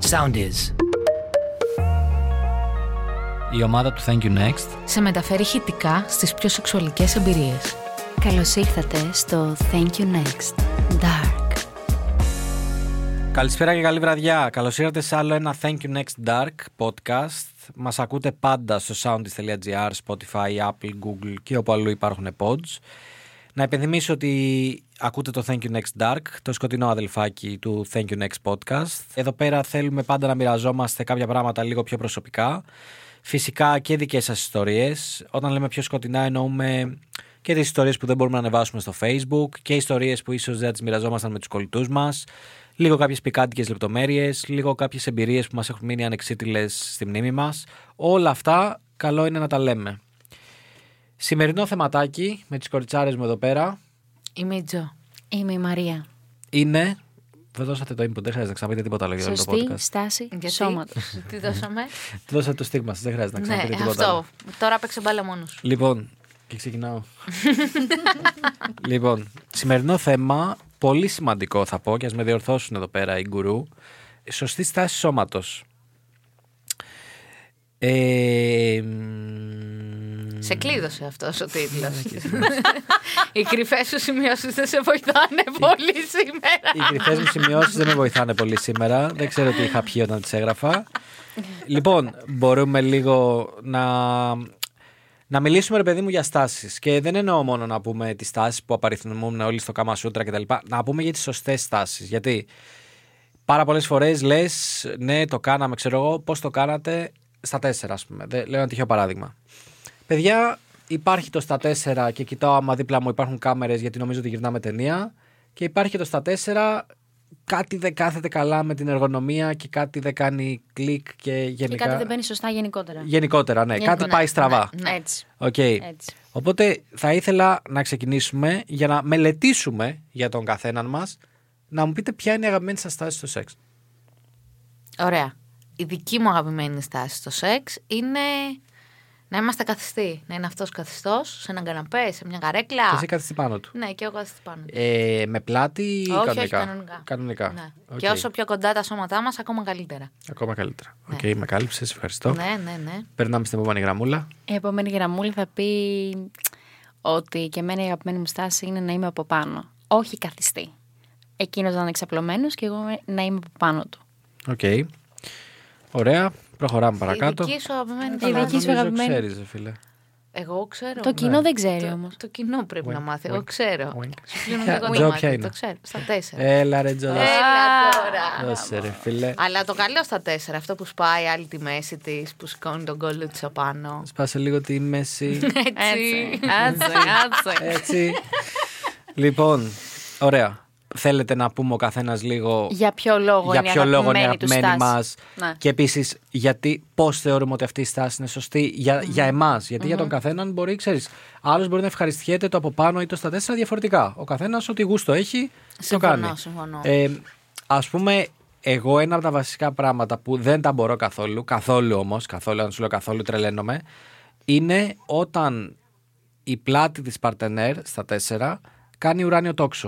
Sound is. Η ομάδα του Thank You Next σε μεταφέρει ηχητικά στις πιο σεξουαλικές εμπειρίες. Καλώς ήρθατε στο Thank You Next. Dark. Καλησπέρα και καλή βραδιά. Καλώς ήρθατε σε άλλο ένα Thank You Next Dark podcast. Μας ακούτε πάντα στο soundis.gr, Spotify, Apple, Google και όπου αλλού υπάρχουν pods. Να υπενθυμίσω ότι ακούτε το Thank You Next Dark, το σκοτεινό αδελφάκι του Thank You Next Podcast. Εδώ πέρα θέλουμε πάντα να μοιραζόμαστε κάποια πράγματα λίγο πιο προσωπικά. Φυσικά και δικές σας ιστορίες. Όταν λέμε πιο σκοτεινά εννοούμε και τις ιστορίες που δεν μπορούμε να ανεβάσουμε στο facebook και ιστορίες που ίσως δεν τις μοιραζόμασταν με τους κολλητούς μας. Λίγο κάποιες πικάντικες λεπτομέρειες, λίγο κάποιες εμπειρίες που μας έχουν μείνει ανεξίτηλες στη μνήμη μας. Όλα αυτά καλό είναι να τα λέμε. Σημερινό θεματάκι με τις κοριτσάρες μου εδώ πέρα Είμαι η Τζο. Είμαι η Μαρία. είναι... Δεν δώσατε το input, δεν χρειάζεται να ξαναπείτε τίποτα άλλο για όλο το Σωστή podcast. στάση Γιατί? σώματος. Τι δώσαμε. Δώσατε το στίγμα σας, δεν χρειάζεται να ναι, ξαναπείτε τίποτα. αυτό. άλλο. Τώρα παίξε μπάλα μόνος. Λοιπόν, και ξεκινάω. λοιπόν, σημερινό θέμα, πολύ σημαντικό θα πω και ας με διορθώσουν εδώ πέρα οι γκουρού. Σωστή στάση σώματος. Ε, μ, Σε κλείδωσε αυτός ο Ναι, τίτλος. Οι κρυφές σου σημειώσεις δεν σε βοηθάνε πολύ σήμερα. Οι κρυφές μου σημειώσεις δεν με βοηθάνε πολύ σήμερα. Δεν ξέρω τι είχα πιει όταν τις έγραφα. Λοιπόν, μπορούμε λίγο να, να μιλήσουμε, ρε παιδί μου, για στάσεις. Και δεν εννοώ μόνο να πούμε τι στάσει που απαριθμούν όλοι στο κάμα σούτρα κτλ. Να πούμε για τις σωστές στάσεις. Γιατί πάρα πολλές φορές λες, ναι, το κάναμε, ξέρω εγώ, πώς το κάνατε στα τέσσερα, ας πούμε. Δε, λέω ένα τυχαίο παράδειγμα. Παιδιά, υπάρχει το στα 4 και κοιτάω άμα δίπλα μου υπάρχουν κάμερες γιατί νομίζω ότι γυρνάμε ταινία. Και υπάρχει και το στα 4. Κάτι δεν κάθεται καλά με την εργονομία και κάτι δεν κάνει κλικ και γενικά. Και κάτι δεν μπαίνει σωστά γενικότερα. Γενικότερα, ναι. Γενικότερα, κάτι πάει στραβά. ναι. Έτσι. Οκ. Έτσι. Οπότε θα ήθελα να ξεκινήσουμε για να μελετήσουμε για τον καθέναν μας να μου πείτε ποια είναι η αγαπημένη σας στάση στο σεξ. Ωραία. Η δική μου αγαπημένη στάση στο σεξ είναι να είμαστε καθιστοί. Να είναι αυτός καθιστός σε έναν καναπέ, σε μια Και καρέκλα. εσύ κάθεσαι πάνω του. Ναι, και εγώ καθιστή πάνω. Ε, με πλάτη ή όχι, κανονικά. όχι, κανονικά. Κανονικά. Ναι. Οκ. Και όσο πιο κοντά τα σώματά μας, ακόμα καλύτερα. Ακόμα καλύτερα. Οκ, με κάλυψες, ευχαριστώ. Ναι, ναι, ναι. Περνάμε στην επόμενη γραμμούλα. Η επόμενη γραμμούλη θα πει ότι και εμένα η αγαπημένη μου στάση είναι να είμαι από πάνω. Όχι καθιστή. Εκείνος να είναι εξαπλωμένος και εγώ να είμαι από πάνω του. Οκ. Ωραία. Προχωράμε Η παρακάτω. δική σου αγαπημένη Η καλά. δική σου Νομίζω αγαπημένη. ξέρεις, ρε φίλε. Εγώ ξέρω. Ναι. Το κοινό δεν ξέρει το, όμως. το κοινό πρέπει να μάθει. Εγώ wink, ξέρω. wink. Σου κλείνω Ποια- λίγο το Τζο, μάτι, ποια είναι? Ε. Το ξέρω. Στα τέσσερα. Έλα ρε Τζο, δώσε- Έλα τώρα. δώσε ρε φίλε. Αλλά το καλό στα τέσσερα. Αυτό που σπάει άλλη τη μέση της, που σηκώνει τον κόλλο της απάνω. Σπάσε λίγο τη μέση. Έτσι. Άτσε, άτσε. Έτσι. λοιπόν, ωραία. Θέλετε να πούμε ο καθένας λίγο Για ποιο λόγο για είναι ποιο η λόγο είναι η αγαπημένη του αγαπημένη στάση. μας Ναι. και επίσης γιατί πώς θεωρούμε ότι αυτή η στάση είναι σωστή για, για εμάς γιατί για τον καθέναν μπορεί ξέρεις άλλος μπορεί να ευχαριστιέται το από πάνω ή το στα τέσσερα διαφορετικά ο καθένας ό,τι γούστο έχει Συμφωνώ, το κάνει συμφωνώ. Ε, ας πούμε εγώ ένα από τα βασικά πράγματα που δεν τα μπορώ καθόλου καθόλου όμως καθόλου αν σου λέω καθόλου τρελαίνομαι είναι όταν η πλάτη της παρτενέρ στα τέσσερα κάνει ουράνιο τόξο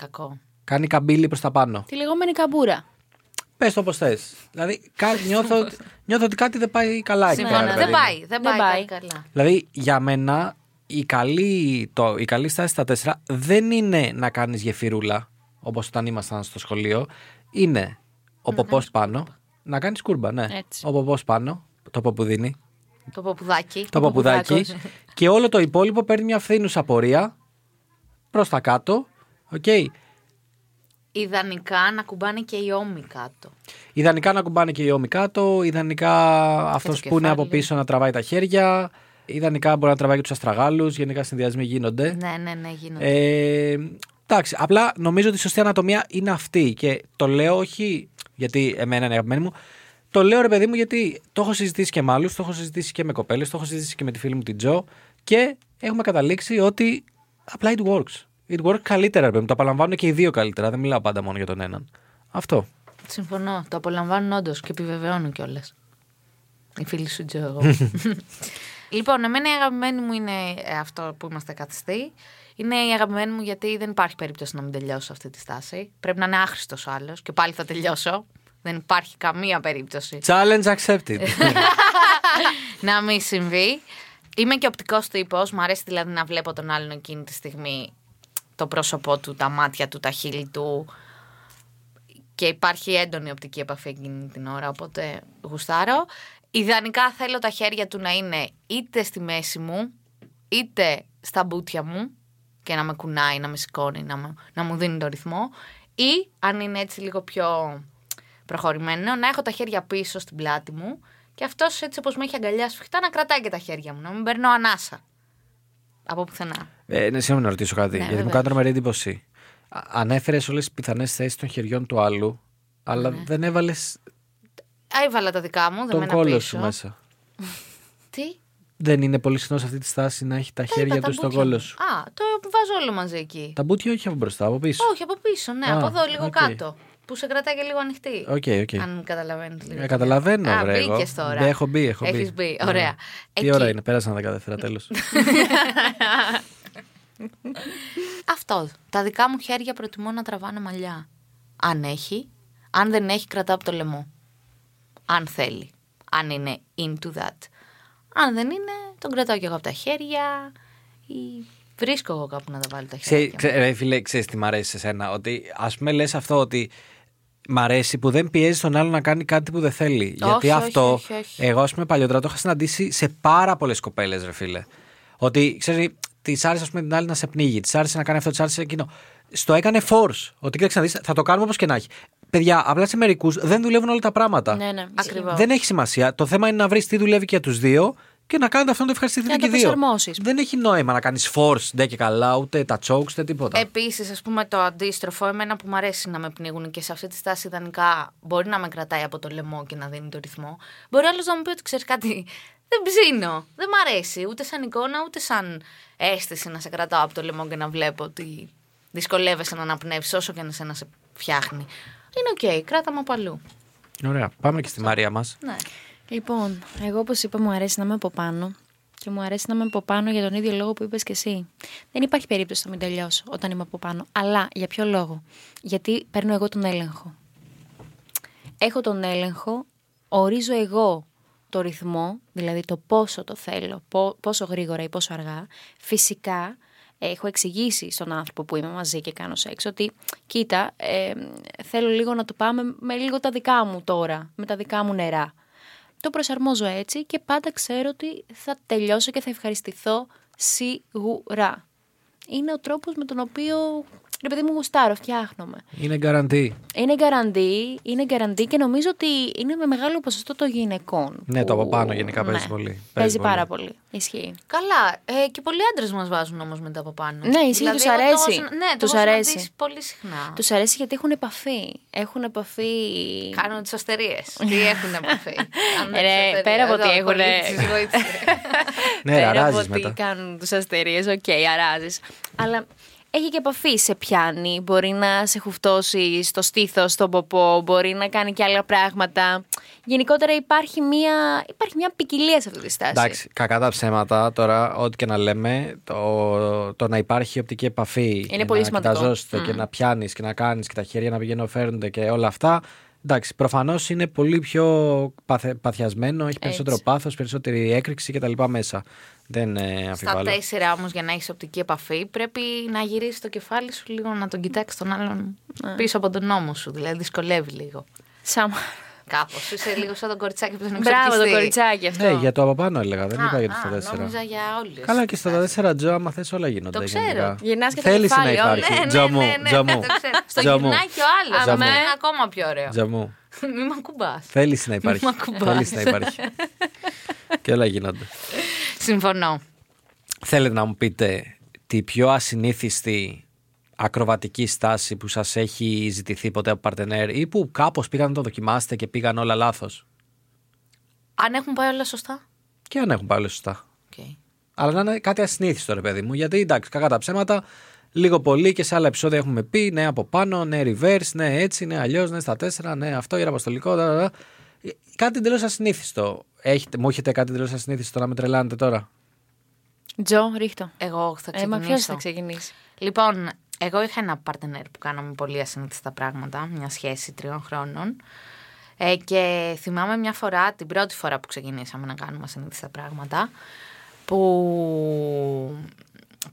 Ναι, Κακό. κάνει καμπύλη προς τα πάνω Τη λεγόμενη καμπούρα. Πες το όπως θες. Δηλαδή, κα- νιώθω, ότι- νιώθω ότι κάτι δεν πάει καλά εκεί πέρα. Συμφωνώ. δηλαδή. Ναι, Δεν πάει. Δεν Δεν πάει κάτι πάει. καλά. Δηλαδή, για μένα, η καλή, το, η καλή στάση στα τέσσερα δεν είναι να κάνεις γεφυρούλα όπως όταν ήμασταν στο σχολείο. Είναι ο ποπό πάνω. Να κάνεις κούρμπα, ναι. Έτσι. Ο ποπός πάνω, το ποπουδίνι, Το ποπουδάκι. το ποπουδάκι. και όλο το υπόλοιπο παίρνει μια φθήνουσα πορεία προς τα κάτω. Οκ. Ιδανικά να κουμπάνε και οι ώμοι κάτω. Ιδανικά να κουμπάνε και οι ώμοι κάτω. Ιδανικά αυτό το που είναι από κεφάλι. πίσω να τραβάει τα χέρια. Ιδανικά μπορεί να τραβάει και τους αστραγάλους. Γενικά συνδυασμοί γίνονται. Ναι, ναι, ναι, γίνονται. Ε, εντάξει, απλά νομίζω ότι η σωστή ανατομία είναι αυτή. Και το λέω όχι γιατί εμένα είναι αγαπημένη μου. Το λέω ρε παιδί μου γιατί το έχω συζητήσει και με άλλους, το έχω συζητήσει και με κοπέλες, το έχω συζητήσει και με τη φίλη μου την Τζο. Και έχουμε καταλήξει ότι απλά it works. It works καλύτερα, ρε παιδί μου. Το απαλαμβάνουν και οι δύο καλύτερα. Δεν μιλάω πάντα μόνο για τον έναν. Αυτό. Συμφωνώ. Το απολαμβάνουν όντως και επιβεβαιώνουν κιόλας. Η φίλη σου Τζο. εγώ. λοιπόν, εμένα η αγαπημένη μου είναι ε, αυτό που είμαστε καθιστοί. Είναι η αγαπημένη μου γιατί δεν υπάρχει περίπτωση να μην τελειώσω αυτή τη στάση. Πρέπει να είναι άχρηστος ο άλλος και πάλι θα τελειώσω. Δεν υπάρχει καμία περίπτωση Challenge accepted. να μην συμβεί. Είμαι και οπτικός τύπος. Μ' αρέσει δηλαδή να βλέπω τον άλλον εκείνη τη στιγμή το πρόσωπό του, τα μάτια του, τα χείλη του. Και υπάρχει έντονη οπτική επαφή εκείνη την ώρα, οπότε γουστάρω. Ιδανικά θέλω τα χέρια του να είναι είτε στη μέση μου, είτε στα μπούτια μου και να με κουνάει, να με σηκώνει, να, με- να μου δίνει το ρυθμό. Ή αν είναι έτσι λίγο πιο προχωρημένο, να έχω τα χέρια πίσω στην πλάτη μου και αυτός έτσι όπως με έχει αγκαλιά σφιχτά να κρατάει και τα χέρια μου, να μην περνώ ανάσα. Από πουθενά. ε, ναι, συγγνώμη να ρωτήσω κάτι, γιατί μου βεβαίως. κάνει τρομερή εντύπωση. Ανέφερες όλες τις πιθανές θέσεις των χεριών του άλλου, αλλά δεν έβαλες Α, Έβαλα τα δικά μου, δεν τον με κόλο πίσω. σου μέσα. Τι, Δεν είναι πολύ συχνό σε αυτή τη στάση να έχει τα, τα χέρια είπα, τα του στον μπούτια κόλο μου. σου. Α, το βάζω όλο μαζί εκεί. Τα μπουτια όχι από μπροστά, από πίσω. Όχι, από πίσω, ναι, Α, από εδώ λίγο οκ. κάτω. Που σε κρατάει και λίγο ανοιχτή. Οκ, οκ. Αν καταλαβαίνεις λίγο. Ε, καταλαβαίνω, Α, βρε. εγώ. μπήκες τώρα. Ναι, έχω μπει, έχω μπει. Έχεις μπει, Ναι. ωραία. Τι Εκεί. ώρα είναι, πέρασαν 14 τέλος. Αυτό. Τα δικά μου χέρια προτιμώ να τραβάνε μαλλιά. Αν έχει. Αν δεν έχει, κρατά από το λαιμό. Αν θέλει. Αν είναι into that. Αν δεν είναι, τον κρατάω και εγώ από τα χέρια. Ή βρίσκω εγώ κάπου να τα βάλω τα χέρια. Ξέ, ξέ, ρε φίλε, ξέρεις τι μ' αρέσει σε σένα. Ότι ας πούμε λες αυτό ότι μ' αρέσει που δεν πιέζει τον άλλο να κάνει κάτι που δεν θέλει. Γιατί όχι, αυτό, όχι, όχι. εγώ ας πούμε παλιότερα το είχα συναντήσει σε πάρα πολλές κοπέλες, ρε φίλε. Ότι ξέρεις, της άρεσε ας πούμε την άλλη να σε πνίγει, της άρεσε να κάνει αυτό, της άρεσε εκείνο. Στο έκανε force. Ότι κοίταξε να δεις, θα το κάνουμε όπως και να έχει. Παιδιά, απλά σε μερικούς δεν δουλεύουν όλα τα πράγματα. Ναι, ναι. Ακριβώς. Δεν έχει σημασία. Το θέμα είναι να βρεις τι δουλεύει και για τους δύο και να κάνετε αυτό να το ευχαριστηθείτε Και να και, το οι δύο. προσαρμόσεις. Δεν έχει νόημα να κάνεις force ντε και καλά, ούτε τα chokes, ούτε τίποτα. Επίσης, ας πούμε, το αντίστροφο, εμένα που μου αρέσει να με πνίγουν και σε αυτή τη στάση ιδανικά μπορεί να με κρατάει από το λαιμό και να δίνει το ρυθμό. Μπορεί άλλος να μου πει ότι ξέρεις κάτι, δεν ψήνω. Δεν μ' αρέσει ούτε σαν εικόνα, ούτε σαν αίσθηση να σε κρατάω από το λαιμό και να βλέπω ότι δυσκολεύεσαι να αναπνεύσεις όσο και να σε, να σε φτιάχνει. Είναι οκ, κράτα μου από αλλού. Ωραία. Πάμε και στη Μαρία μας. Ναι. Λοιπόν, εγώ όπως είπα, μου αρέσει να είμαι από πάνω. Και μου αρέσει να είμαι από πάνω για τον ίδιο λόγο που είπες και εσύ. Δεν υπάρχει περίπτωση να μην τελειώσω όταν είμαι από πάνω. Αλλά για ποιο λόγο. Γιατί παίρνω εγώ τον έλεγχο. Έχω τον έλεγχο, ορίζω εγώ το ρυθμό, δηλαδή το πόσο το θέλω, πο- πόσο γρήγορα ή πόσο αργά. Φυσικά, ε, έχω εξηγήσει στον άνθρωπο που είμαι μαζί και κάνω σεξ ότι κοίτα, ε, θέλω λίγο να το πάμε με λίγο τα δικά μου τώρα, με τα δικά μου νερά. Το προσαρμόζω έτσι και πάντα ξέρω ότι θα τελειώσω και θα ευχαριστηθώ σίγουρα. Είναι ο τρόπος με τον οποίο, ρε παιδί μου, γουστάρω, φτιάχνομαι. Είναι guarantee. Είναι γκαραντή, είναι γκαραντή και νομίζω ότι είναι με μεγάλο ποσοστό των γυναικών. ναι, Ναι, το από πάνω γενικά παίζει πολύ. Παίζει, Παίζει πάρα πολύ. Ισχύει. Καλά. Ε, και πολλοί άντρες μας βάζουν όμως μετά από πάνω. Ναι, ισχύει, τους εγώ το έχω αρέσει. συνα- Ναι, το Τους έχω αρέσει. συναντήσει πολύ συχνά. Τους αρέσει γιατί έχουν επαφή. Έχουν επαφή. Κάνουν τις αστερίες. Τι έχουν επαφή. Κάνουν τις Ε, ρε, αστερίες. πέρα από Εδώ, ότι έχουν- πολίτης της βοήθησε. Ναι, Πέρα από αράζεις ότι μετά. κάνουν του αστερίες, οκ, αράζεις. Αλλά έχει και επαφή. Σε πιάνει, μπορεί να σε χουφτώσει στο στήθος, στον ποπό, μπορεί να κάνει και άλλα πράγματα. Γενικότερα υπάρχει μια, υπάρχει μια ποικιλία σε αυτή τη στάση. Εντάξει, κακά τα ψέματα τώρα, ό,τι και να λέμε, το, το να υπάρχει οπτική επαφή. και πολύ να σημαντικό. κοιταζόσαστε Mm. και να πιάνεις και να κάνεις και τα χέρια να πηγαίνουν φέρνονται και όλα αυτά. Εντάξει, προφανώς είναι πολύ πιο πάθε- παθιασμένο, έχει περισσότερο πάθος, περισσότερη έκρηξη κτλ. μέσα. Δεν ε, Στα αμφιβάλλω. τέσσερα όμως για να έχεις οπτική επαφή πρέπει να γυρίσεις το κεφάλι σου λίγο να τον κοιτάξεις τον άλλον Ναι. πίσω από τον νόμο σου. Δηλαδή δυσκολεύει λίγο. Σάμα. Κάπως. Είσαι λίγο σαν τον κοριτσάκι που τον Μπράβο το εξοπλιστεί. κοριτσάκι αυτό. Ναι, για το από πάνω έλεγα, δεν είπα για Α, τα τέσσερα. Νόμιζα για όλους. Καλά και στα τέσσερα τζο, άμα θες όλα γίνονται. Ε, Το ξέρω. γενικά. Γυρνάς και το Θέλεις να κεφάλι, όλα. υπάρχει. Ναι, ναι, Τζο μου, ναι, ναι, τζο ναι, μου, το ξέρω. Στο τζο μου, γυρνάει και ο άλλος. Τζο μου. Αμέ. Είναι ακόμα πιο ωραίο. τζο μου. Μη με ακουμπάς. Θέλεις να υπάρχει. Μ' ακουμπάς. Θέλεις να υπάρχει. και όλα γίνονται. Συμφωνώ. Θέλετε να μου πείτε τη πιο ασυνήθιστη ακροβατική στάση που σας έχει ζητηθεί ποτέ από παρτενέρ ή που κάπως πήγαν να το δοκιμάσετε και πήγαν όλα λάθος. Αν έχουν πάει όλα σωστά. Και αν έχουν πάλι σωστά. Okay. Αλλά να είναι κάτι ασυνήθιστο, ρε παιδί μου. Γιατί εντάξει, κακά τα ψέματα, λίγο πολύ και σε άλλα επεισόδια έχουμε πει ναι από πάνω, ναι reverse, ναι έτσι, ναι αλλιώς, ναι στα τέσσερα, ναι αυτό, ιεραποστολικό. Δα, δα, δα. Ε, Κάτι εντελώς ασυνήθιστο. Έχετε, μου έχετε κάτι εντελώς ασυνήθιστο να με τρελάνετε τώρα. Τζο, ρίχτω. Εγώ θα Ε, ξεκινήσω. μα ποιος θα ξεκινήσει. Λοιπόν, εγώ είχα ένα partner που κάναμε πολύ ασυνήθιστα πράγματα, μια σχέση τριών χρόνων. Ε, και θυμάμαι μια φορά, την πρώτη φορά που ξεκινήσαμε να κάνουμε συνήθιστα πράγματα, που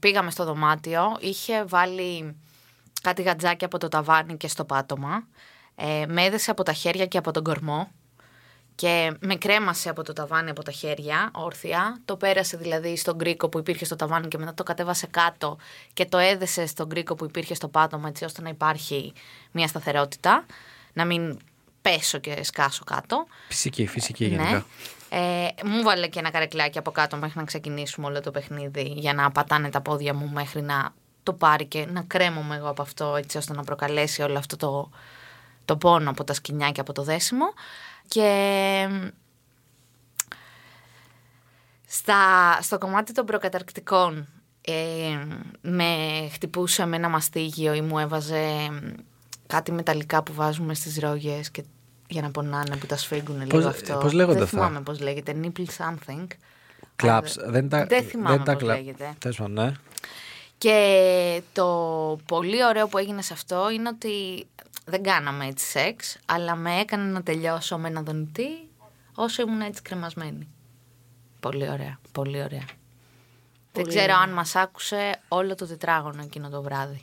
πήγαμε στο δωμάτιο, είχε βάλει κάτι γατζάκι από το ταβάνι και στο πάτωμα, ε, με έδεσε από τα χέρια και από τον κορμό και με κρέμασε από το ταβάνι από τα χέρια, όρθια. Το πέρασε δηλαδή στον κρίκο που υπήρχε στο ταβάνι και μετά το κατέβασε κάτω και το έδεσε στον κρίκο που υπήρχε στο πάτωμα έτσι ώστε να υπάρχει μια σταθερότητα, να μην πέσω και σκάσω κάτω. Φυσική, Ναι. φυσική γενικά. Ε, μου βάλε και ένα καρεκλάκι από κάτω μέχρι να ξεκινήσουμε όλο το παιχνίδι για να πατάνε τα πόδια μου μέχρι να το πάρει και να κρέμομαι εγώ από αυτό έτσι ώστε να προκαλέσει όλο αυτό το, το πόνο από τα σκοινιά και από το δέσιμο. Και στα, στο κομμάτι των προκαταρκτικών ε, με χτυπούσε με ένα μαστίγιο ή μου έβαζε κάτι μεταλλικά που βάζουμε στις ρόγες και για να πονάνε που τα σφίγγουν λίγο Πώς- ε, αυτό. πώς λέγονται Δεν αυτά? θυμάμαι πώς λέγεται. Nipple something. Κλαπς. Αλλά Δεν τα, δεν θυμάμαι τα πώς κλα- λέγεται. Τέλος πάντων, ναι. Και το πολύ ωραίο που έγινε σε αυτό είναι ότι δεν κάναμε έτσι σεξ, αλλά με έκανε να τελειώσω με ένα δονητή όσο ήμουν έτσι κρεμασμένη. Πολύ ωραία, πολύ ωραία. δεν ξέρω αν μας άκουσε όλο το τετράγωνο εκείνο το βράδυ.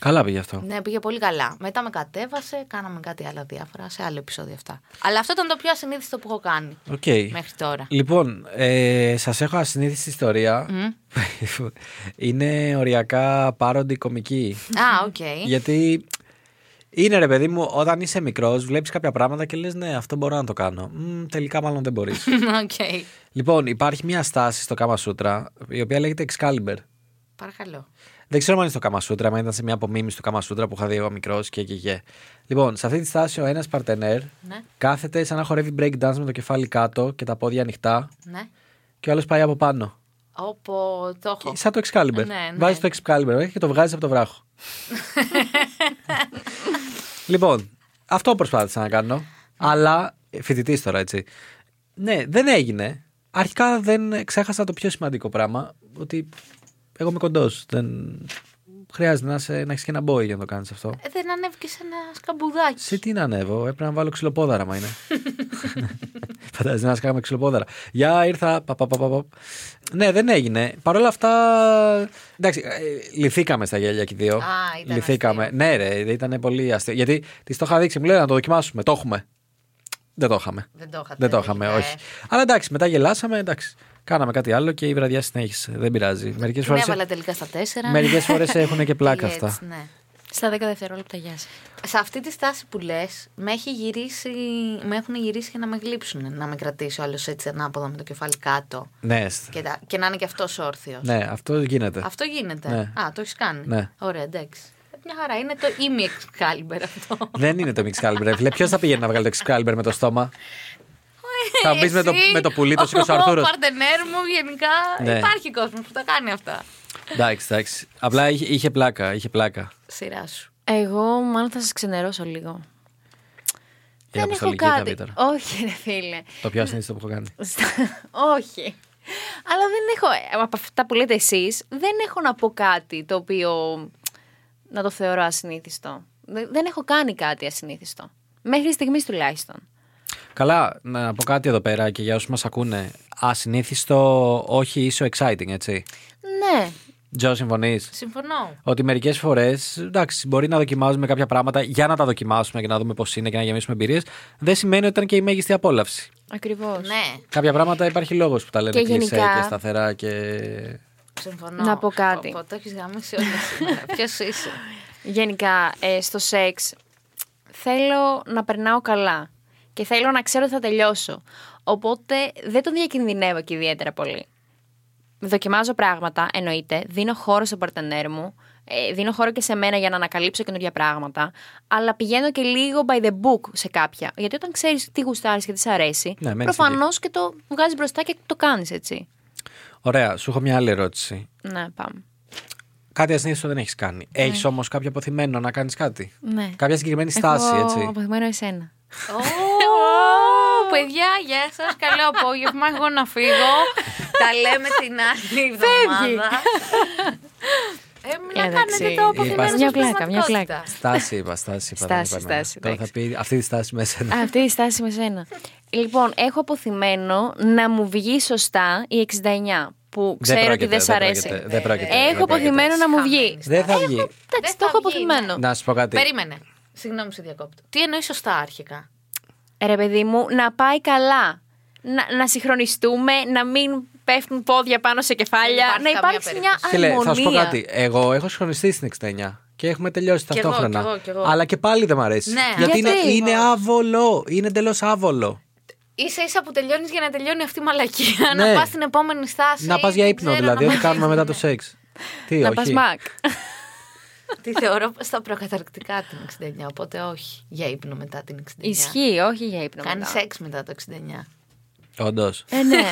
Καλά πήγε αυτό. Ναι, πήγε πολύ καλά. Μετά με κατέβασε, κάναμε κάτι άλλα διάφορα σε άλλο επεισόδιο αυτά. Αλλά αυτό ήταν το πιο ασυνήθιστο που έχω κάνει Οκ. μέχρι τώρα. Λοιπόν, ε, σας έχω ασυνήθιστη ιστορία. είναι οριακά πάροντι κομική. Α, οκ. Γιατί είναι ρε παιδί μου, όταν είσαι μικρός βλέπεις κάποια πράγματα και λες ναι αυτό μπορώ να το κάνω. Μμ, τελικά μάλλον δεν μπορείς. Οκ. λοιπόν, υπάρχει μια στάση στο Κάμα Σούτρα η οποία λέγεται Excalibur. Παρακαλώ. Δεν ξέρω αν είναι στο Καμασούτρα, αν ήταν σε μια απομίμηση του Καμασούτρα που είχα δει εγώ μικρός και και και. Λοιπόν, σε αυτή τη στάση ο ένας παρτενέρ Ναι. κάθεται σαν να χορεύει break dance με το κεφάλι κάτω και τα πόδια ανοιχτά Ναι. και ο άλλος πάει από πάνω. Όπω το έχω. Σαν το Excalibur. Ναι, ναι. Βάζεις το Excalibur και το βγάζεις από το βράχο. λοιπόν, αυτό προσπάθησα να κάνω. Αλλά φοιτητής τώρα, έτσι. Ναι, δεν έγινε. Αρχικά δεν ξέχασα το πιο σημαντικό πράγμα. Ότι εγώ είμαι κοντός. Δεν χρειάζεται να, είσαι- να έχεις και ένα boy για να το κάνεις αυτό. Ε, Δεν ανέβηκε σε ένα σκαμπουδάκι. Σε τι να ανέβω, έπρεπε να βάλω ξυλοπόδαρα, μα είναι. Φαντάζεσαι να σκάμε ξυλοπόδαρα. Γεια, ήρθα. Πα, πα, πα, πα, πα. Ναι, δεν έγινε. Παρ' όλα αυτά. Εντάξει, ε, λυθήκαμε στα γέλια και οι δύο. ήταν λυθήκαμε. Ναι, ρε, ήταν πολύ αστείο. Γιατί της το είχα δείξει, μου λέει να το δοκιμάσουμε. Το έχουμε. Δεν το είχαμε. Δεν το είχατε. Δεν το είχαμε, ε. όχι. Αλλά εντάξει, μετά γελάσαμε, εντάξει. Κάναμε κάτι άλλο και η βραδιά συνέχισε. Δεν πειράζει. Μερικές Την φορές έβαλα τελικά στα τέσσερα. ε- μερικές φορές έχουν και πλάκα Έτσι, αυτά. ναι. Στα 10 δευτερόλεπτα, γεια σας. Σε αυτή τη στάση που λες, με, έχει γυρίσει, με έχουν γυρίσει και να με γλύψουν. Να με κρατήσει ο άλλος έτσι ανάποδα με το κεφάλι κάτω. Ναι, Και, τα- και να είναι και αυτός όρθιος. ναι, αυτό γίνεται. Αυτό γίνεται. Ναι. Α, το έχεις κάνει. Ναι. Ωραία, εντάξει. Μια χαρά. Είναι το ήμι Excalibur αυτό. Δεν είναι το Excalibur, ρε φίλε. Ποιος θα πήγαινε να βγάλει το Excalibur με το στόμα. Θα μπεις με το- Εσύ, με το πουλί, το σήκωσε ο Ο Αρθούρος. παρτενέρ μου γενικά. Ναι. Υπάρχει κόσμος που τα κάνει αυτά. εντάξει, εντάξει. Απλά είχε, είχε πλάκα. Είχε πλάκα. Σειρά σου. Εγώ μάλλον θα σας ξενερώσω λίγο. Η αποστολική θα πει τώρα. Όχι, ρε φίλε. Το πιο ασυνήθιστο που έχω κάνει. Στα- Όχι. Αλλά δεν έχω. ε, Από αυτά που λέτε εσείς, δεν έχω να πω κάτι το οποίο να το θεωρώ ασυνήθιστο. Δε- Δεν έχω κάνει κάτι ασυνήθιστο. Μέχρι στιγμής τουλάχιστον. Καλά, να πω κάτι εδώ πέρα και για όσους μας ακούνε. Ασυνήθιστο, όχι ίσο exciting, έτσι. Ναι. Τζο, συμφωνείς. Συμφωνώ. Ότι μερικές φορές, εντάξει, μπορεί να δοκιμάζουμε κάποια πράγματα για να τα δοκιμάσουμε και να δούμε πώς είναι και να γεμίσουμε εμπειρίες. Δεν σημαίνει ότι ήταν και η μέγιστη απόλαυση. Ακριβώς. Ναι, Κάποια πράγματα υπάρχει λόγος που τα λένε Και κλεισέ γενικά- και σταθερά και. συμφωνώ. Να πω κάτι. Πω, πω, το έχεις γάμισει όλα σήμερα. Ποιος είσαι. Γενικά, ε, στο σεξ θέλω να περνάω καλά. Και θέλω να ξέρω ότι θα τελειώσω. Οπότε δεν το διακινδυνεύω και ιδιαίτερα πολύ. Δοκιμάζω πράγματα, εννοείται. Δίνω χώρο στον παρτενέρ μου. ε, Δίνω χώρο και σε μένα για να ανακαλύψω καινούργια πράγματα. Αλλά πηγαίνω και λίγο by the book σε κάποια. Γιατί όταν ξέρεις τι γουστάρεις και τι σ' αρέσει, Ναι, μένεις προφανώς και το βγάζεις μπροστά και το κάνεις έτσι. Ωραία, σου έχω μια άλλη ερώτηση. Ναι, πάμε. Κάτι ασυνήθιστο δεν έχεις κάνει. Ναι. Έχεις όμως κάποιο αποθυμένο να κάνεις κάτι. Ναι. Κάποια συγκεκριμένη στάση, Έχω έτσι. αποδειγμένο εσένα. Ω, Παιδιά, γεια σας. Καλό απόγευμα. Εγώ να φύγω. Τα λέμε την άλλη εβδομάδα. Ε, να Εντάξει. κάνετε το αποθυμένο Υπάρχει- Μια κλάκα, μια κλάκα. Στάση είπα, στάση είπα. δεν Στάση, είπα εμένα. στάση, Τώρα θα πει αυτή τη στάση μέσα. Α, Αυτή η στάση με σένα. λοιπόν, έχω αποθυμένο να μου βγει σωστά η 69, που ξέρω ότι πρόκειται, δεν σ' δεν αρέσει. πρόκειται, δεν πρόκειται, δεν έχω πρόκειται. αποθυμένο να μου βγει. Χαμένη. Δεν θα βγει. Εντάξει, Δεν θα το έχω βγει, αποθυμένο. Να σου πω κάτι. Περίμενε. Συγγνώμη, σε διακόπτω. Τι εννοείς σωστά αρχικά. Ρε παιδί μου, να πάει καλά. Να, να συγχρονιστούμε, να μην πέφτουν πόδια πάνω σε κεφάλια. Δεν να υπάρχει καμία υπάρξει μια περίπτωση. Φίλε, αρμονία. θα σου πω κάτι. Εγώ έχω συγχρονιστεί στην 69 και έχουμε τελειώσει εγώ, ταυτόχρονα. κι εγώ, κι εγώ. Αλλά και πάλι δεν μ' αρέσει. Ναι. Γιατί, Γιατί? Είναι, είναι άβολο. Είναι εντελώς άβολο. σα ίσα που τελειώνεις για να τελειώνει αυτή η μαλακία. Ναι. Να πας στην επόμενη στάση. Ναι, να πας για ύπνο Ξέρω, δηλαδή, να ό,τι πας- κάνουμε μετά το σεξ. Τι, Να όχι. πας μακ. Τη θεωρώ στα προκαταρκτικά την 69, οπότε όχι για ύπνο μετά την 69. Ισχύει, όχι για ύπνο. Κάνεις μετά. σεξ μετά το 69. Όντως. Ε, ναι.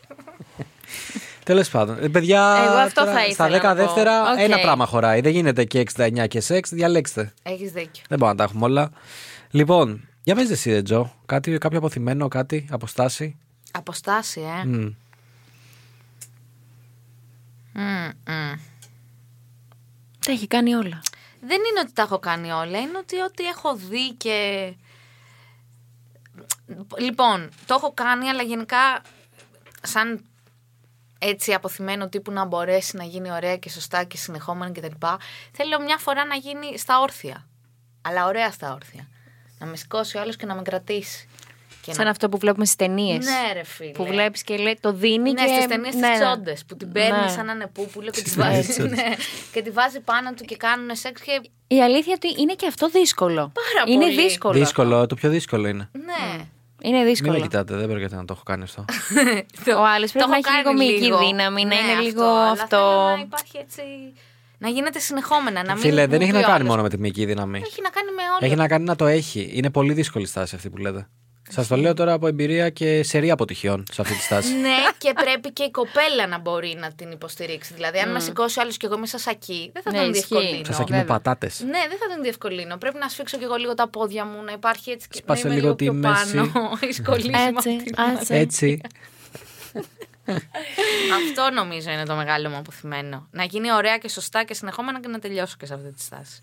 Τέλος πάντων. Ε, παιδιά, Εγώ αυτό τώρα θα ήθελα στα 10 να πω. δεύτερα Οκ. ένα πράγμα χωράει. Δεν γίνεται και 69 και σεξ. Διαλέξτε. Έχεις δίκιο. Δεν μπορούμε να τα έχουμε όλα. Λοιπόν, για πες εσύ, ρε Τζο. Κάτι, κάποιο αποθυμένο, κάτι, αποστάση. Αποστάση, ε. Μμ. Μμμ, μμμ. Τα έχει κάνει όλα. Δεν είναι ότι τα έχω κάνει όλα, είναι ότι ό,τι έχω δει και. Λοιπόν, το έχω κάνει, αλλά γενικά σαν έτσι αποθυμένο τύπου να μπορέσει να γίνει ωραία και σωστά και συνεχόμενα κτλ. Θέλω μια φορά να γίνει στα όρθια. Αλλά ωραία στα όρθια. Να με σηκώσει ο άλλος και να με κρατήσει. Και Σαν να... αυτό που βλέπουμε στις ταινίες. Ναι, ρε φίλε. Που βλέπεις και λέει το δίνει Ναι, και. στις ταινίες ναι, της ναι. τσόντες που την παίρνει Ναι. σαν ανεπούπουλο και τη ταινίες της βάζει. τσόντας. ναι, και τη βάζει πάνω του και κάνουν σεξ και Η αλήθεια ότι είναι και αυτό δύσκολο. Πάρα είναι πολύ. δύσκολο. Δύσκολο, το πιο δύσκολο είναι. Ναι. Είναι Μην με δύσκολο. κοιτάτε, δεν πρόκειται να το έχω κάνει αυτό. Ο άλλος Το πρέπει να έχω έχει λίγο κάνει μυϊκή δύναμη, να Ναι, είναι λίγο αλλά θέλω αυτό. Να υπάρχει έτσι. Να γίνεται συνεχόμενα. Να μην Φίλε, δεν μου έχει να πει ο κάνει άλλος. μόνο με τη μυϊκή δύναμη. Έχει να κάνει με όλα. Έχει να κάνει να το έχει. Είναι πολύ δύσκολη στάση αυτή που λέτε. Σας το λέω τώρα από εμπειρία και σερή αποτυχιών σε αυτή τη στάση. Ναι, και πρέπει και η κοπέλα να μπορεί να την υποστηρίξει. Δηλαδή, αν με σηκώσει άλλος και εγώ είμαι σασακή, δεν θα Mm. Ναι, τον ισχύει. διευκολύνω. Σα εκεί με πατάτες. Ναι, δεν θα τον διευκολύνω. Πρέπει να σφίξω και εγώ λίγο τα πόδια μου, να υπάρχει έτσι και να Σπάσε είμαι λίγο λίγο τη πιο μέση. πάνω. η σκολίσμα Έτσι, αυτή. έτσι. Έτσι. Αυτό νομίζω είναι το μεγάλο μου αποθυμένο. Να γίνει ωραία και σωστά και συνεχόμενα και να τελειώσω και σε αυτή τη στάση.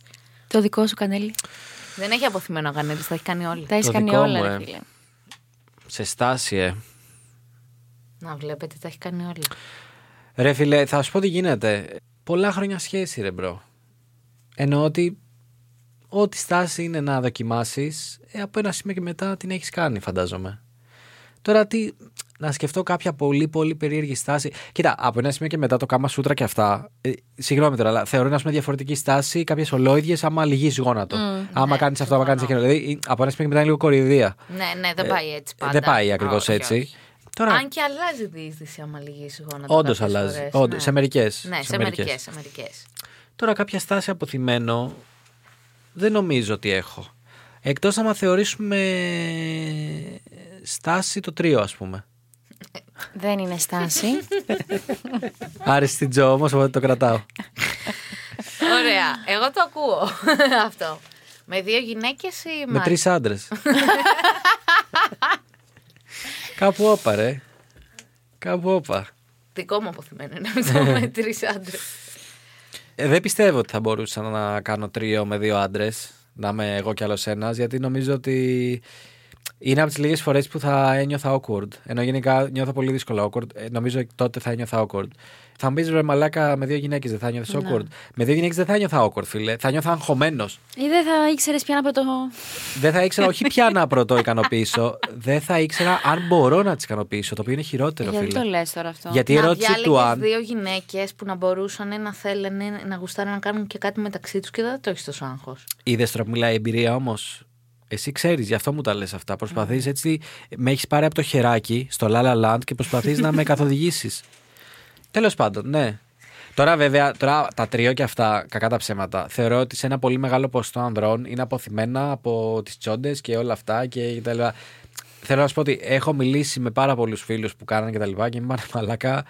Το δικό σου κανέλη. Δεν έχει αποθυμένο ο Γανέλη, τα έχει κάνει όλα. Τα έχει Το κάνει δικό όλα, μου, ρε ε. φίλε. Σε στάση, ε. Να βλέπετε, τα έχει κάνει όλα. Ρε φίλε, θα σου πω τι γίνεται. Πολλά χρόνια σχέση, ρε μπρο. Εννοώ ότι ό,τι στάση είναι να δοκιμάσεις, από ένα σημείο και μετά την έχεις κάνει, φαντάζομαι. Τώρα τι, να σκεφτώ κάποια πολύ πολύ περίεργη στάση. Κοίτα, από ένα σημείο και μετά το κάμα σούτρα και αυτά. Ε, συγγνώμη τώρα, αλλά θεωρώ να πούμε διαφορετική στάση κάποιες ολόιδιες άμα λυγείς γόνατο. άμα ναι, κάνεις αυτό, άμα κάνεις εκείνο. Δηλαδή ε, από ένα σημείο και μετά είναι λίγο κορυδία. Ναι, ναι, δεν πάει έτσι πάντα. Ε, Δεν πάει ακριβώς Όχι, έτσι. όχι. Τώρα, Αν και αλλάζει διείσδυση άμα λυγίσει γόνατο. Όντως κάποιες αλλάζει. φορές, Όντως, σε μερικές. Ναι, Σε σε μερικές. μερικές. Σε μερικές. Τώρα κάποια στάση αποθυμένο δεν νομίζω ότι έχω. Εκτός άμα θεωρήσουμε στάση το τρίο ας πούμε. Δεν είναι στάση. Άρεστη Τζο όμως οπότε το κρατάω. Ωραία. Εγώ το ακούω αυτό. Με δύο γυναίκες ή Με μάρ- τρεις άντρες. Κάπου όπα ρε. Κάπου όπα. Δικό μου αποθυμένο είναι αυτό με τρεις άντρες. Ε, δεν πιστεύω ότι θα μπορούσα να κάνω τρίο με δύο άντρες. Να είμαι εγώ κι άλλος ένας, γιατί νομίζω ότι είναι από τις λίγες φορές που θα ένιωθα awkward. Ενώ γενικά νιώθω πολύ δύσκολα awkward. Ε, νομίζω ότι τότε θα ένιωθα awkward. Θα μου πεις ρε μαλάκα με δύο γυναίκες δεν θα νιώθεις awkward. Με δύο γυναίκες δεν θα νιώθα awkward, φίλε. Θα νιώθα αγχωμένος. Ή δεν θα ήξερες πια να το. Δεν θα ήξερα όχι πια να πρώτο ικανοποιήσω. δεν θα ήξερα αν μπορώ να τις ικανοποιήσω. Το οποίο είναι χειρότερο, Γιατί φίλε. το λες τώρα Ε, αυτό. Γιατί η να ερώτηση του διάλεγες αν. δύο γυναίκες που να μπορούσαν να θέλανε να γουστάρουν να κάνουν και κάτι μεταξύ τους και δεν το έχεις τόσο άγχος. Είδες τώρα που μιλάει η εμπειρία όμως. Εσύ ξέρεις, γι' αυτό μου τα λες αυτά. Προσπαθείς έτσι. Με έχεις πάρει από το χεράκι στο La La Land και προσπαθείς να με καθοδηγήσεις. Τέλος πάντων, ναι. Τώρα, βέβαια, τώρα τα τρία και αυτά, κακά τα ψέματα, θεωρώ ότι σε ένα πολύ μεγάλο ποσοστό ανδρών είναι αποθυμένα από τις τσόντες και όλα αυτά και τα λοιπά. Θέλω να σου πω ότι έχω μιλήσει με πάρα πολλούς φίλους που κάνανε και τα λοιπά και μου είπαν μαλακά.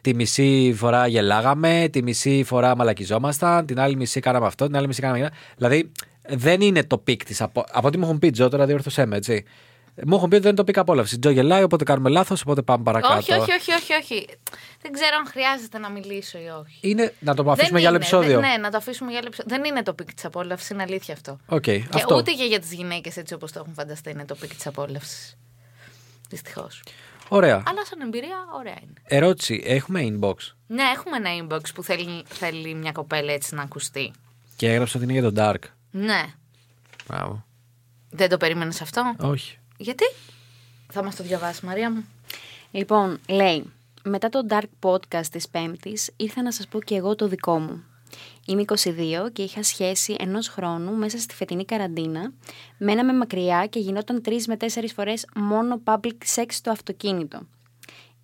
Τη μισή φορά γελάγαμε, τη μισή φορά μαλακιζόμασταν, την άλλη μισή κάναμε αυτό, την άλλη μισή κάναμε εκείνο. Δηλαδή, δεν είναι το πικ της. Από, από ό,τι μου έχουν πει, Τζο, τώρα διόρθωσέ με, έτσι. Μου έχουν πει ότι δεν το πήκα απόλαυση. Τζο γελάει, οπότε κάνουμε λάθος, οπότε πάμε παρακάτω. Όχι, όχι, όχι, όχι, όχι. Δεν ξέρω αν χρειάζεται να μιλήσω ή όχι. Είναι, να το αφήσουμε Δεν για άλλο είναι. επεισόδιο. Δεν- ναι, να το αφήσουμε για άλλο επεισόδιο. Δεν είναι το πικ της απόλαυσης, είναι αλήθεια αυτό. Οκ, Και αυτό. ούτε και για τις γυναίκες έτσι όπως το έχουν φανταστεί είναι το πικ της απόλαυσης. Δυστυχώς. Ωραία. Αλλά σαν εμπειρία, ωραία είναι. Ερώτηση, έχουμε inbox. Ναι, έχουμε ένα inbox που θέλει, θέλει μια κοπέλα έτσι να ακουστεί. Και έγραψα ότι είναι για τον Dark. Ναι. Μπράβο. Δεν το περίμενες αυτό. Όχι. Γιατί? Θα μας το διαβάσεις, Μαρία μου. Λοιπόν, λέει, μετά το Dark Podcast της Πέμπτης ήρθα να σας πω και εγώ το δικό μου. Είμαι 22 και είχα σχέση ενός χρόνου μέσα στη φετινή καραντίνα. Μέναμε μακριά και γινόταν τρεις με τέσσερις φορές μόνο public sex στο αυτοκίνητο.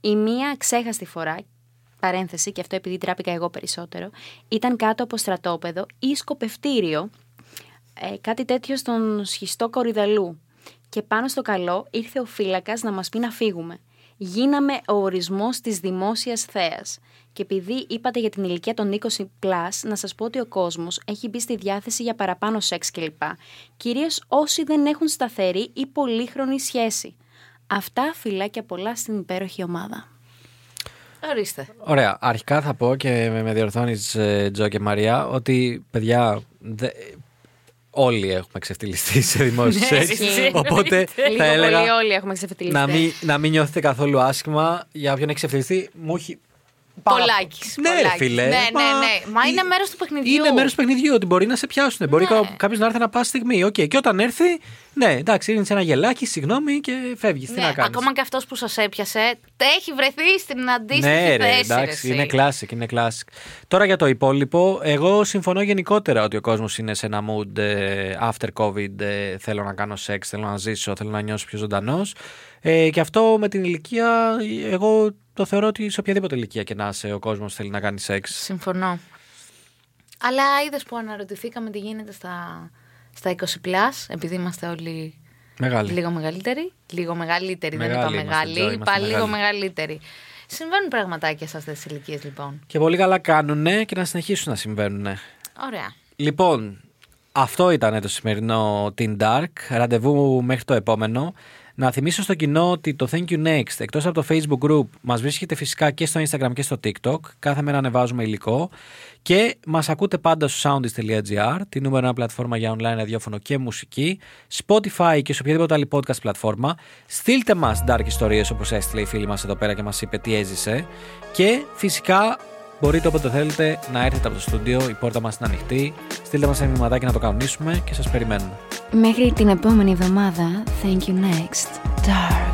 Η μία ξέχαστη φορά, παρένθεση και αυτό επειδή τράπηκα εγώ περισσότερο, ήταν κάτω από στρατόπεδο ή σκοπευτήριο, ε, κάτι τέτοιο στον σχιστό κορυδαλού. Και πάνω στο καλό ήρθε ο φύλακας να μας πει να φύγουμε. Γίναμε ο ορισμός της δημόσιας θέας. Και επειδή είπατε για την ηλικία των 20+, να σας πω ότι ο κόσμος έχει μπει στη διάθεση για παραπάνω σεξ κλπ. Κυρίως όσοι δεν έχουν σταθερή ή πολύχρονη σχέση. Αυτά φυλάκια πολλά στην υπέροχη ομάδα. Ορίστε. Ωραία. Αρχικά θα πω και με- με διορθώνει Τζο και Μαρία ότι παιδιά. δε- Όλοι έχουμε ξεφτυλιστεί σε δημόσιο Ναι, σεξ. ισχύει. Οπότε Λίγο θα πολύ έλεγα όλοι έχουμε ξεφτυλιστεί. να μην, να μην νιώθετε καθόλου άσχημα για όποιον έχει ξεφτυλιστεί. Μου έχει. Πολλάκι. Ναι, ρε, φίλε. Ναι, ναι, ναι. Μα είναι μέρος του παιχνιδιού. Είναι μέρος του παιχνιδιού ότι μπορεί να σε πιάσουν. Μπορεί Ναι. κάποιος να έρθει να πας στιγμή. Οκ. Και όταν έρθει, ναι, εντάξει, είναι σε ένα γελάκι, συγγνώμη και φεύγεις. Τι Ναι, να κάνεις. ακόμα και αυτός που σας έπιασε, τε έχει βρεθεί στην αντίστοιχη Ναι, θέση. ρε, εσύ. εντάξει, είναι classic, είναι classic. Τώρα για το υπόλοιπο, εγώ συμφωνώ γενικότερα ότι ο κόσμος είναι σε ένα mood ε, after COVID. ε, θέλω να κάνω σεξ, θέλω να ζήσω, θέλω να νιώσω πιο ζωντανός. Ε, και αυτό με την ηλικία, εγώ το θεωρώ ότι σε οποιαδήποτε ηλικία και να είσαι, ο κόσμος θέλει να κάνει σεξ. Συμφωνώ. Αλλά είδες που αναρωτηθήκαμε τι γίνεται στα, στα 20 plus, επειδή είμαστε όλοι Μεγάλη. λίγο μεγαλύτεροι. Λίγο μεγαλύτεροι, Μεγάλοι δεν είπα είμαστε, μεγάλοι, Τζο, είπα είμαστε λίγο μεγάλοι. μεγαλύτεροι. Συμβαίνουν πραγματάκια σε αυτές τις ηλικίες, λοιπόν. Και πολύ καλά κάνουνε και να συνεχίσουν να συμβαίνουν. Ωραία. Λοιπόν, αυτό ήταν το σημερινό Teen Dark. Ραντεβού μέχρι το επόμενο. Να θυμίσω στο κοινό ότι το Thank You Next, εκτός από το Facebook group, μας βρίσκεται φυσικά και στο Instagram και στο TikTok. Κάθε μέρα ανεβάζουμε υλικό. Και μας ακούτε πάντα στο soundist.gr, τη νούμερο ένα πλατφόρμα για online ραδιόφωνο και μουσική, Spotify και σε οποιαδήποτε άλλη podcast πλατφόρμα. Στείλτε μας dark ιστορίες όπως έστειλε η φίλη μας εδώ πέρα και μας είπε τι έζησε. Και φυσικά Μπορείτε όποτε θέλετε να έρθετε από το στούντιο, η πόρτα μας είναι ανοιχτή. Στείλτε μας ένα μηνυματάκι να το κανονίσουμε και σας περιμένουμε. Μέχρι την επόμενη εβδομάδα, thank you next. Dark.